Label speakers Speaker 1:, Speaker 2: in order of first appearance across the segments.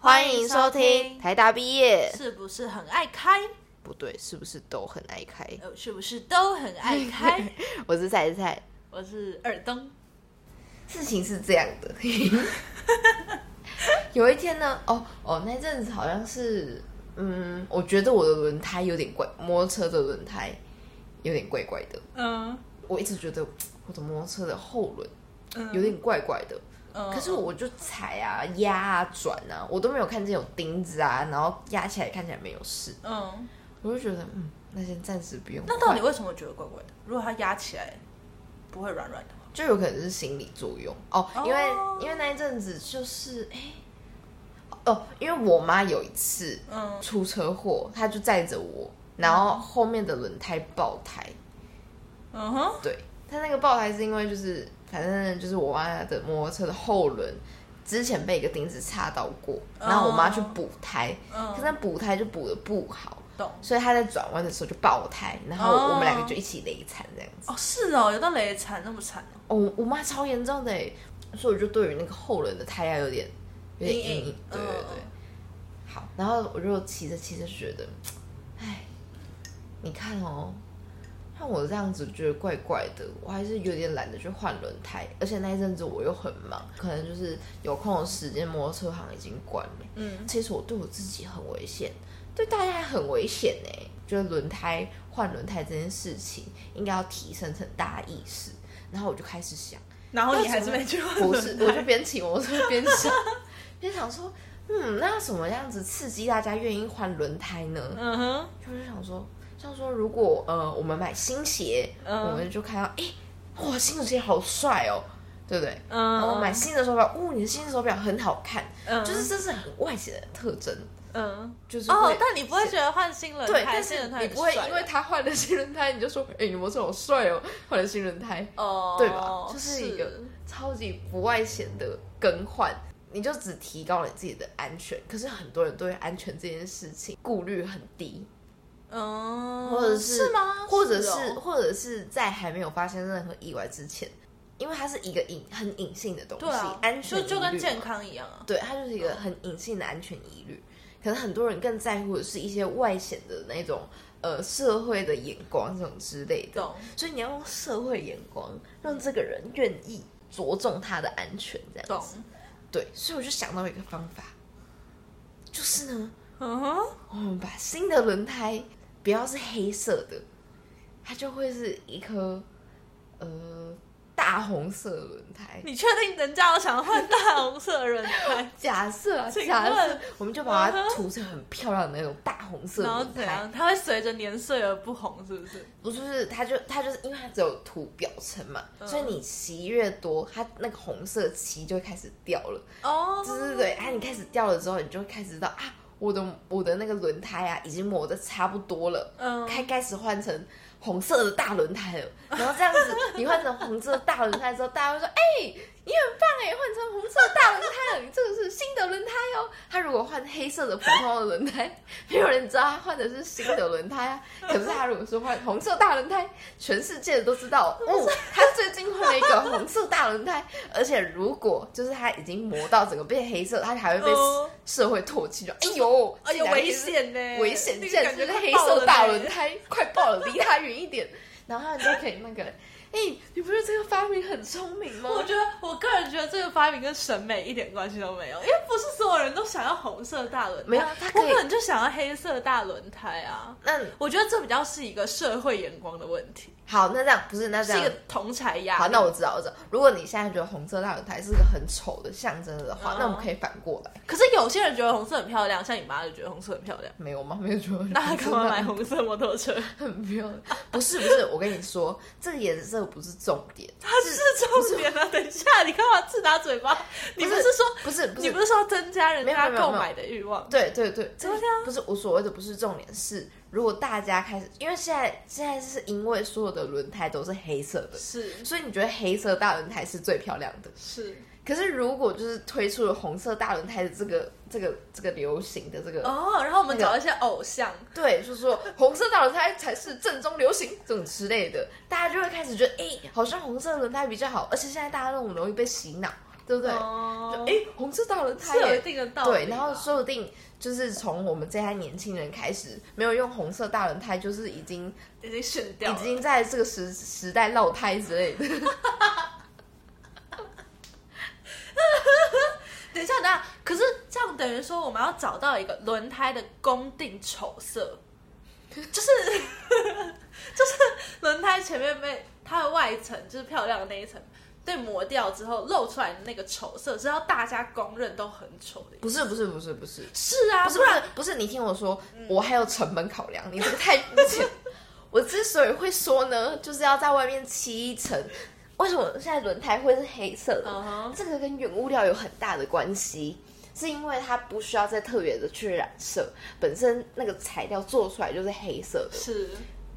Speaker 1: 欢迎收听台大毕业，
Speaker 2: 是不是很爱开？
Speaker 1: 不对，是不是都很爱开？
Speaker 2: 呃，是不是都很爱 开？
Speaker 1: 我是菜菜，
Speaker 2: 我是耳东。
Speaker 1: 事情是这样 的，有一天呢，哦哦，那阵子好像是，嗯，我觉得我的轮胎有点怪，摩托车的轮胎有点怪怪的。
Speaker 2: 嗯
Speaker 1: 我一直觉得我的摩托车的后轮
Speaker 2: 嗯
Speaker 1: 有点怪怪的，
Speaker 2: 嗯
Speaker 1: 可是我就踩啊、压啊、转啊，我都没有看见有钉子啊，然后压起来看起来没有事，
Speaker 2: 嗯，
Speaker 1: 我就觉得嗯，那先暂时不用换。
Speaker 2: 那到底为什么觉得怪怪的？如果它压起来不会软软的话，
Speaker 1: 就有可能是心理作用哦，因为、
Speaker 2: 哦
Speaker 1: 因为那一阵子就是哎、哦，因为我妈有一次
Speaker 2: 嗯
Speaker 1: 出车祸，她就载着我，然后后面的轮胎爆胎，
Speaker 2: 嗯哼，
Speaker 1: 对，她那个爆胎是因为就是反正就是我妈的摩托车的后轮之前被一个钉子插到过，然后我妈去补胎，
Speaker 2: 嗯
Speaker 1: 可是她补胎就补的不好，
Speaker 2: 懂。
Speaker 1: 所以她在转弯的时候就爆胎，然后我们两个就一起累惨这样子。
Speaker 2: 哦，是哦，有到雷惨那么惨哦。
Speaker 1: 哦，我妈超严重的欸，所以我就对于那个后轮的胎压有点有点
Speaker 2: 阴
Speaker 1: 阴
Speaker 2: 影
Speaker 1: 影。
Speaker 2: 嗯
Speaker 1: 对对对，好，然后我就骑着骑着就觉得，哎，你看哦，像我这样子觉得怪怪的，我还是有点懒得去换轮胎，而且那一阵子我又很忙，可能就是有空的时间，摩托车行已经关了。
Speaker 2: 嗯
Speaker 1: 其实我对我自己很危险，对大家也很危险呢、觉得轮胎换轮胎这件事情应该要提升成大家意识，然后我就开始想，
Speaker 2: 然后你还是没去换
Speaker 1: 不 是，
Speaker 2: 轮
Speaker 1: 我
Speaker 2: 胎
Speaker 1: 就边骑摩托车 边想，边想说，嗯，那什么样子刺激大家愿意换轮胎呢？
Speaker 2: 嗯哼，
Speaker 1: 就是想说，像说如果呃我们买新鞋，
Speaker 2: 嗯
Speaker 1: 我们就看到，诶，哇，新的鞋好帅哦，对不对？然后
Speaker 2: 嗯，
Speaker 1: 买新的手表，哦，你的新的手表很好看，
Speaker 2: 嗯
Speaker 1: 就是这是很外显的特征，
Speaker 2: 嗯。
Speaker 1: 就是
Speaker 2: 哦
Speaker 1: 会，
Speaker 2: 但你不会觉得换新轮
Speaker 1: 对，
Speaker 2: 胎，
Speaker 1: 但
Speaker 2: 新
Speaker 1: 是
Speaker 2: 轮胎
Speaker 1: 你
Speaker 2: 很
Speaker 1: 不会
Speaker 2: 帅
Speaker 1: 因为
Speaker 2: 的
Speaker 1: 他换了新轮胎，你就说，诶，你摩托车好帅哦，换了新轮胎，
Speaker 2: 哦，
Speaker 1: 对吧？就是一个超级不外显的更换，你就只提高了你自己的安全。可是很多人对安全这件事情顾虑很低，
Speaker 2: 嗯，
Speaker 1: 或者
Speaker 2: 是吗？
Speaker 1: 或者是、
Speaker 2: 哦
Speaker 1: 或者是在还没有发生任何意外之前，因为它是一个隐很隐性的东西，
Speaker 2: 对啊，
Speaker 1: 安全
Speaker 2: 就就
Speaker 1: 疑
Speaker 2: 跟
Speaker 1: 虑
Speaker 2: 健
Speaker 1: 嘛，
Speaker 2: 康一样啊。
Speaker 1: 对，它就是一个很隐性的安全疑虑。可能很多人更在乎的是一些外显的那种呃社会的眼光这种之类的。
Speaker 2: 懂，
Speaker 1: 所以你要用社会眼光，让这个人愿意着重他的安全，这样
Speaker 2: 懂
Speaker 1: 子。，对，所以我就想到一个方法，就是呢，
Speaker 2: 嗯哼，
Speaker 1: 我们把新的轮胎不要是黑色的，它就会是一颗呃大红色的轮胎。
Speaker 2: 你确定人家有想换大红色的轮 胎，
Speaker 1: 假设啊，
Speaker 2: 请
Speaker 1: 假设
Speaker 2: 问
Speaker 1: 我们就把
Speaker 2: 嗯
Speaker 1: 它
Speaker 2: 哼
Speaker 1: 涂成很漂亮的那种大红色
Speaker 2: 然
Speaker 1: 的
Speaker 2: 后
Speaker 1: 轮
Speaker 2: 怎
Speaker 1: 胎，
Speaker 2: 样？它会随着年岁而不红，是不是？
Speaker 1: 不就是它就它就是因为它只有涂表层嘛，
Speaker 2: 嗯
Speaker 1: 所以你骑越多，它那个红色漆就会开始掉了。
Speaker 2: 哦，
Speaker 1: 对对对，啊，你开始掉了之后，你就会开始知道啊，我的我的那个轮胎啊，已经磨的差不多了，
Speaker 2: 嗯
Speaker 1: 开开始换成红色的大轮胎了。然后这样子，你换成红色的大轮胎之后，大家会说，哎、你很棒哎，换成红色的大轮胎了，你这个是新的轮胎哦。他如果换黑色的普通的轮胎，没有人知道他换的是新的轮胎啊。可是他如果是换红色大轮胎，全世界都知道， 哦，他最近换了一个红色大轮胎，而且如果就是他已经磨到整个变黑色，他还会被
Speaker 2: 哦
Speaker 1: 社会唾弃，就哎呦，
Speaker 2: 哎呦，
Speaker 1: 竟然
Speaker 2: 危
Speaker 1: 也是
Speaker 2: 险呢，
Speaker 1: 危险，
Speaker 2: 那
Speaker 1: 竟
Speaker 2: 个
Speaker 1: 然
Speaker 2: 感
Speaker 1: 就
Speaker 2: 觉快
Speaker 1: 是黑
Speaker 2: 爆了
Speaker 1: 色
Speaker 2: 呢
Speaker 1: 大轮。胎，快爆了，离他远一点。然后他们就可以那个，哎、你不觉得这个发明很聪明吗？
Speaker 2: 我觉得，我个人觉得这个发明跟审美一点关系都没有，因为不是所有人都想要红色大轮胎，
Speaker 1: 没有它可以
Speaker 2: 我可能就想要黑色大轮胎啊。
Speaker 1: 那
Speaker 2: 我觉得这比较是一个社会眼光的问题，
Speaker 1: 好，那这样不是那这
Speaker 2: 是一
Speaker 1: 样
Speaker 2: 个，同才压力。
Speaker 1: 好，那我知道，我知道。如果你现在觉得红色大轮胎是个很丑的象征的话，
Speaker 2: 嗯
Speaker 1: 那我们可以反过来，
Speaker 2: 可是有些人觉得红色很漂亮，像你妈就觉得红色很漂 亮，
Speaker 1: 没有吗？没有觉得
Speaker 2: 那她干嘛买
Speaker 1: 红
Speaker 2: 红色摩托车？
Speaker 1: 色 很漂亮？不是不是，我跟你说，这个颜色不是重点，
Speaker 2: 它是重点啊！等一下，你干嘛自打嘴巴？你不是说
Speaker 1: 不是不
Speaker 2: 你
Speaker 1: 是
Speaker 2: 不是说增加人
Speaker 1: 没有
Speaker 2: 家
Speaker 1: 没有没有
Speaker 2: 购买的欲望？
Speaker 1: 对对对，这个
Speaker 2: 对啊
Speaker 1: 不是我所谓的不是重点是，如果大家开始，因为现在现在是因为所有的轮胎都是黑色的，
Speaker 2: 是
Speaker 1: 所以你觉得黑色大轮胎是最漂亮的。
Speaker 2: 是
Speaker 1: 可是如果就是推出了红色大轮胎的这个这个这个流行的这个，
Speaker 2: 哦，然后我们
Speaker 1: 那个
Speaker 2: 找一些偶像，
Speaker 1: 对，就是说红色大轮胎才是正宗流行这种之类的，大家就会开始觉得，哎、好像红色轮胎比较好，而且现在大家都很容易被洗脑。对不对？
Speaker 2: 哦
Speaker 1: 哎、红色大轮胎
Speaker 2: 是有一
Speaker 1: 耶，
Speaker 2: 定的道理啊啦。
Speaker 1: 对，然后说不定就是从我们这代年轻人开始，没有用红色大轮胎，就是已经
Speaker 2: 已经选掉
Speaker 1: 已
Speaker 2: 了，
Speaker 1: 经在这个时时代落胎之类
Speaker 2: 等
Speaker 1: 的。
Speaker 2: 一下，等一下，可是这样等于说我们要找到一个轮胎的公定丑 色，就是 就是轮胎前面被它的外层就是漂亮的那一层被磨掉之后露出来的那个丑色，是要大家公认都很丑的。
Speaker 1: 不是不是不是不是，
Speaker 2: 是啊，
Speaker 1: 不是
Speaker 2: 不
Speaker 1: 不
Speaker 2: 然嗯
Speaker 1: 是不是，你听我说，我还有成本考量，你这个太肤浅。 我之所以会说呢，就是要在外面漆一层。为什么现在轮胎会是黑色的
Speaker 2: 嗯哼
Speaker 1: 这个跟原物料有很大的关系，是因为它不需要再特别的去染色，本身那个材料做出来就是黑色的。
Speaker 2: 是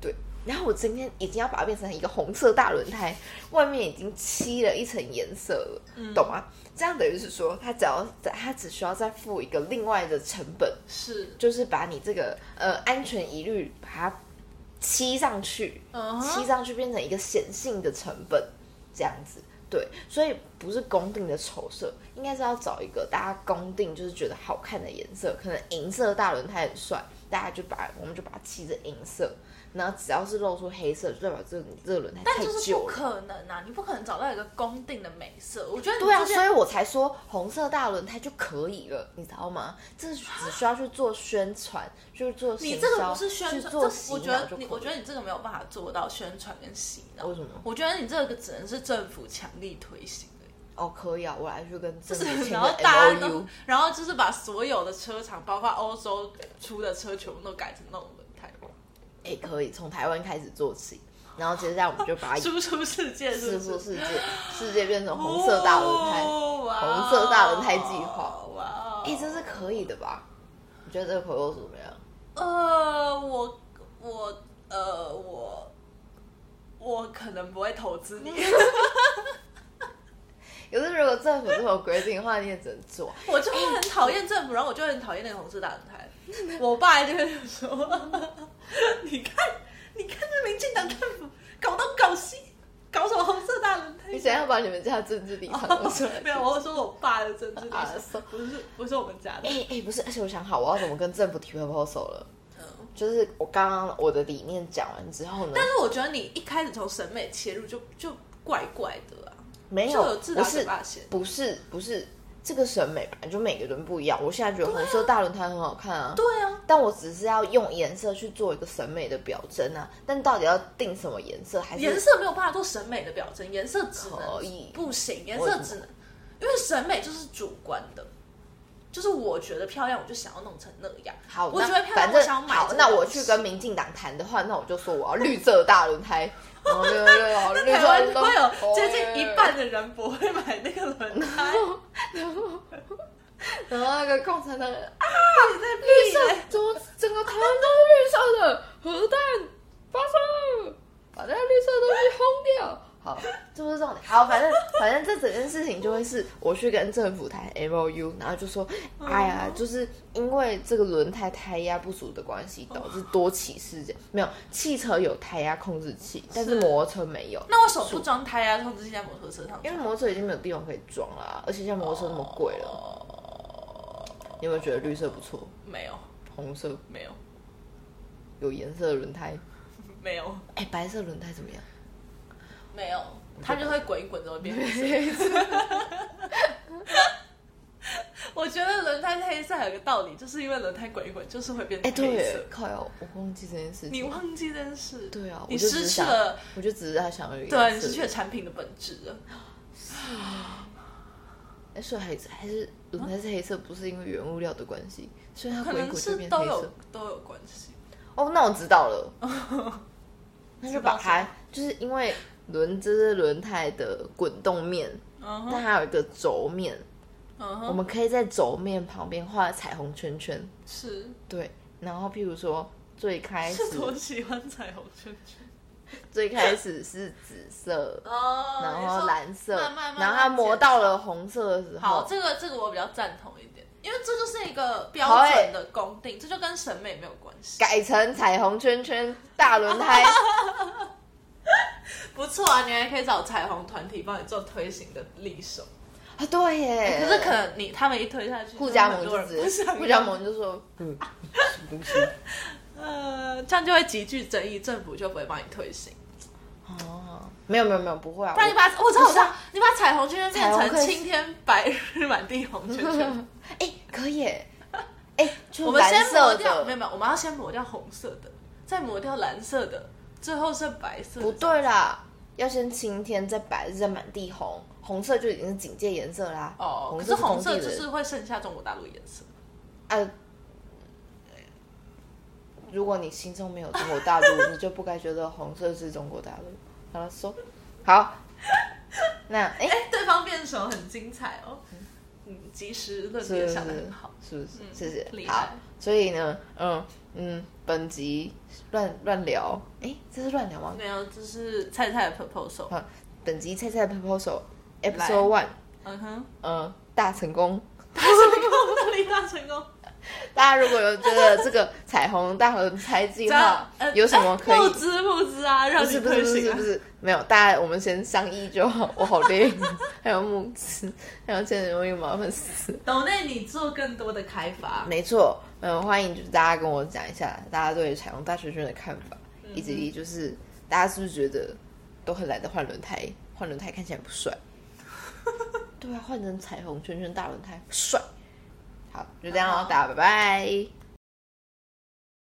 Speaker 1: 对，然后我今天已经要把它变成一个红色大轮胎，外面已经漆了一层颜色了，懂吗？这样等于是说，它只要它只需要再付一个另外的成本，
Speaker 2: 是，
Speaker 1: 就是把你这个呃安全疑虑把它漆上去，
Speaker 2: 嗯
Speaker 1: 漆
Speaker 2: 哼，
Speaker 1: 上去变成一个显性的成本，这样子。对，所以不是公定的丑色，应该是要找一个大家公定就是觉得好看的颜色，可能银色大轮胎很帅，大家就把我们就把它漆成银色，然后只要是露出黑色，就代表这个你这个轮胎
Speaker 2: 但
Speaker 1: 太
Speaker 2: 就是不
Speaker 1: 旧了。
Speaker 2: 可能啊，你不可能找到一个公定的美色。我觉得你
Speaker 1: 对啊，
Speaker 2: 这件
Speaker 1: 所以我才说红色大轮胎就可以了，你知道吗？这只需要去做宣传，去做
Speaker 2: 你
Speaker 1: 行
Speaker 2: 这个
Speaker 1: 销
Speaker 2: 不是宣
Speaker 1: 去
Speaker 2: 传，这
Speaker 1: 做洗
Speaker 2: 我觉
Speaker 1: 脑
Speaker 2: 得
Speaker 1: 就可
Speaker 2: 你
Speaker 1: 以，
Speaker 2: 我觉得你这个没有办法做到宣传跟洗脑。
Speaker 1: 为什么
Speaker 2: 我觉得你这个只能是政府强力推行 而已。
Speaker 1: 哦，可以啊，我来去跟政府签
Speaker 2: 然后
Speaker 1: 个
Speaker 2: 大家都
Speaker 1: MOU，，
Speaker 2: 然后就是把所有的车厂，包括欧洲出的车，全部都改成那种轮胎，
Speaker 1: 哎、可以从台湾开始做起，然后接下来我们就把它
Speaker 2: 输出世界是
Speaker 1: 四
Speaker 2: 不是？
Speaker 1: 出世界，世界变成红色大轮胎，
Speaker 2: 哦哇哦
Speaker 1: 红色大轮胎计划
Speaker 2: 哇哦！
Speaker 1: 哎、这是可以的吧？你觉得这个口头怎么样？
Speaker 2: 呃，我我呃我我可能不会投资你。
Speaker 1: 可是如果政府这么规定的话，你也只能做。啊
Speaker 2: 我就会很讨厌政府，然后我就会很讨厌那个红色大轮胎。我爸就会说：“ 你看，你看这民进党政府搞东搞西，搞什么红色大轮胎
Speaker 1: 你想要把你们家的政治立场弄出来？”
Speaker 2: 没有，我说我爸的政治立
Speaker 1: 啊
Speaker 2: 场，不是不是我们家的
Speaker 1: 哎。 哎、不是，而且我想好我要怎么跟政府提 proposal 了。
Speaker 2: 嗯
Speaker 1: 就是我刚刚我的理念讲完之后呢，
Speaker 2: 但是我觉得你一开始从审美切入就就怪怪的啊，
Speaker 1: 没
Speaker 2: 就
Speaker 1: 有，
Speaker 2: 有自打
Speaker 1: 不是
Speaker 2: 嘴巴线。
Speaker 1: 不是不是这个审美本来就每个人不一样。我现在觉得红色大轮胎很好看啊，
Speaker 2: 对啊，
Speaker 1: 但我只是要用颜色去做一个审美的表征啊。但到底要定什么颜色，还
Speaker 2: 颜
Speaker 1: 是
Speaker 2: 色没有办法做审美的表征，颜色只
Speaker 1: 可以
Speaker 2: 能不行，颜
Speaker 1: 为
Speaker 2: 色
Speaker 1: 什么
Speaker 2: 只能，因为审美就是主观的，就是我觉得漂亮，我就想要弄成那样。
Speaker 1: 好？
Speaker 2: 我
Speaker 1: 那
Speaker 2: 觉得漂亮
Speaker 1: 反
Speaker 2: 我
Speaker 1: 正
Speaker 2: 想要买
Speaker 1: 好
Speaker 2: 这，个
Speaker 1: 那我
Speaker 2: 东西
Speaker 1: 去跟民进党谈的话，那我就说我要绿色大轮胎。哦然后六六 好绿
Speaker 2: 台
Speaker 1: 色哎
Speaker 2: 湾
Speaker 1: 轮胎
Speaker 2: 会有接
Speaker 1: 哦
Speaker 2: 近一半的人不会买那个轮 胎，
Speaker 1: 然后那个共产党人啊，
Speaker 2: 你在
Speaker 1: 绿
Speaker 2: 闭
Speaker 1: 色
Speaker 2: 嘴
Speaker 1: 怎么整个台湾都是绿色的？核弹发射了，把那绿色的东西轰掉。好，就是这种。好，反 正反正这整件事情就会是我去跟政府谈 M O U，然后就说，哎呀，就是因为这个轮胎胎压不足的关系，导致多起事件。没有，汽车有胎压控制器，但是
Speaker 2: 是
Speaker 1: 摩托车没有。
Speaker 2: 那为什么不装胎啊？通知现在摩托车上，
Speaker 1: 因为摩托车已经没有地方可以装啦、而且现在摩托车那么贵了。你有没有觉得绿色不错？
Speaker 2: 哦没有，
Speaker 1: 红色
Speaker 2: 没有，
Speaker 1: 有颜色的轮胎，
Speaker 2: 没有，
Speaker 1: 哎、白色轮胎怎么样？
Speaker 2: 没有，它就会滚一滚就会变黑色。 我觉得轮胎黑色还有个道理，就是因为轮胎滚一滚就是会变
Speaker 1: 哎、
Speaker 2: 成
Speaker 1: 对
Speaker 2: 黑色。
Speaker 1: 耶，靠呀，我忘记这件事
Speaker 2: 你
Speaker 1: 情。
Speaker 2: 忘记这件事？
Speaker 1: 对啊，
Speaker 2: 你
Speaker 1: 我就只
Speaker 2: 失
Speaker 1: 是
Speaker 2: 去
Speaker 1: 想
Speaker 2: 了，
Speaker 1: 我就只是在想而已。
Speaker 2: 对，啊你失去了产品的本质了。
Speaker 1: 哎、所以还是还是轮胎是黑色，不是因为原物料的关系，所以它
Speaker 2: 嗯可
Speaker 1: 滚一
Speaker 2: 能
Speaker 1: 滚就是变
Speaker 2: 都
Speaker 1: 黑
Speaker 2: 有
Speaker 1: 色。
Speaker 2: 都有关系。
Speaker 1: 哦，那我知道 了，那就把
Speaker 2: 知道什
Speaker 1: 它就是因为轮这是轮胎的滚动面，
Speaker 2: 嗯哼，
Speaker 1: 但还有一个轴面，
Speaker 2: 嗯
Speaker 1: 我
Speaker 2: 哼，
Speaker 1: 们可以在轴面旁边画彩虹圈圈。
Speaker 2: 是
Speaker 1: 对，然后譬如说最开始
Speaker 2: 是多喜欢彩虹圈圈
Speaker 1: 最开始是紫色，
Speaker 2: 哦
Speaker 1: 然后蓝色，
Speaker 2: 慢慢慢慢
Speaker 1: 然后它磨到了红色的时
Speaker 2: 好，
Speaker 1: 候，
Speaker 2: 这个这个我比较赞同一点，因为这就是一个标
Speaker 1: 好欸
Speaker 2: 准的公定，这就跟审美没有关系。
Speaker 1: 改成彩虹圈圈大轮 胎。
Speaker 2: 啊不错啊，你还可以找彩虹团体帮你做推行的力手。
Speaker 1: 啊，对耶。
Speaker 2: 可是可能你他们一推下去，
Speaker 1: 互加盟
Speaker 2: 很多
Speaker 1: 就
Speaker 2: 人
Speaker 1: 直
Speaker 2: 不
Speaker 1: 接，
Speaker 2: 想
Speaker 1: 互加
Speaker 2: 要
Speaker 1: 盟就说，嗯，什么东西？
Speaker 2: 呃，这样就会极具争议，政府就不会帮你推行。
Speaker 1: 哦，没有没有没有，不会啊。
Speaker 2: 不然你把我知道
Speaker 1: 不
Speaker 2: 我
Speaker 1: 是
Speaker 2: 知道，你把彩虹圈圈
Speaker 1: 彩虹
Speaker 2: 变
Speaker 1: 可以
Speaker 2: 成青天白日满地红圈圈。
Speaker 1: 哎、可以耶。哎、就
Speaker 2: 我们先
Speaker 1: 蓝
Speaker 2: 抹
Speaker 1: 色
Speaker 2: 掉，没有
Speaker 1: 的，
Speaker 2: 没有，我们要先抹掉红色的，再抹掉蓝色的，最后是白色的。
Speaker 1: 不对啦，要先晴天，再白日，再满地红。红色就已经是警戒颜色啦。
Speaker 2: 哦，可
Speaker 1: 红
Speaker 2: 是
Speaker 1: 色
Speaker 2: 红
Speaker 1: 红
Speaker 2: 色
Speaker 1: 地
Speaker 2: 就
Speaker 1: 的
Speaker 2: 是会剩下中国大陆颜色。
Speaker 1: 啊。如果你心中没有中国大陆，你就不该觉得红色是中国大陆。好了，说好，那哎、
Speaker 2: 哎，对方辩手很精彩哦，嗯，及时论
Speaker 1: 是不
Speaker 2: 点
Speaker 1: 是
Speaker 2: 想的很好。，
Speaker 1: 是不
Speaker 2: 嗯
Speaker 1: 是？谢
Speaker 2: 厉
Speaker 1: 谢。
Speaker 2: 害
Speaker 1: 好，所以呢，嗯嗯，本集乱乱聊，哎，这是乱聊吗？
Speaker 2: 没有，这是菜菜的 proposal。
Speaker 1: 好，本集菜菜 proposal episode one，
Speaker 2: 嗯哼，
Speaker 1: 嗯，大成功。
Speaker 2: 大成功，大力大成功。
Speaker 1: 大家如果有觉得这个彩虹大合拆计
Speaker 2: 这样
Speaker 1: 划有什么可
Speaker 2: 呃哎募
Speaker 1: 以？
Speaker 2: 资募资啊，让
Speaker 1: 不
Speaker 2: 你
Speaker 1: 是不是
Speaker 2: 推
Speaker 1: 不是不
Speaker 2: 行
Speaker 1: 是
Speaker 2: 啊
Speaker 1: 不。是，没有，大家我们先商议就好。我好累， 还有木子，还有真人容易麻烦死。
Speaker 2: 岛内你做更多的开发，
Speaker 1: 没错，嗯，欢迎就是大家跟我讲一下大家对彩虹大学圈的看法，
Speaker 2: 嗯
Speaker 1: 以及就是大家是不是觉得都很懒得换轮胎，换轮胎看起来 不帅？对啊，换成彩虹圈圈大轮胎帅。好，就这样
Speaker 2: 好
Speaker 1: 咯，大家拜拜。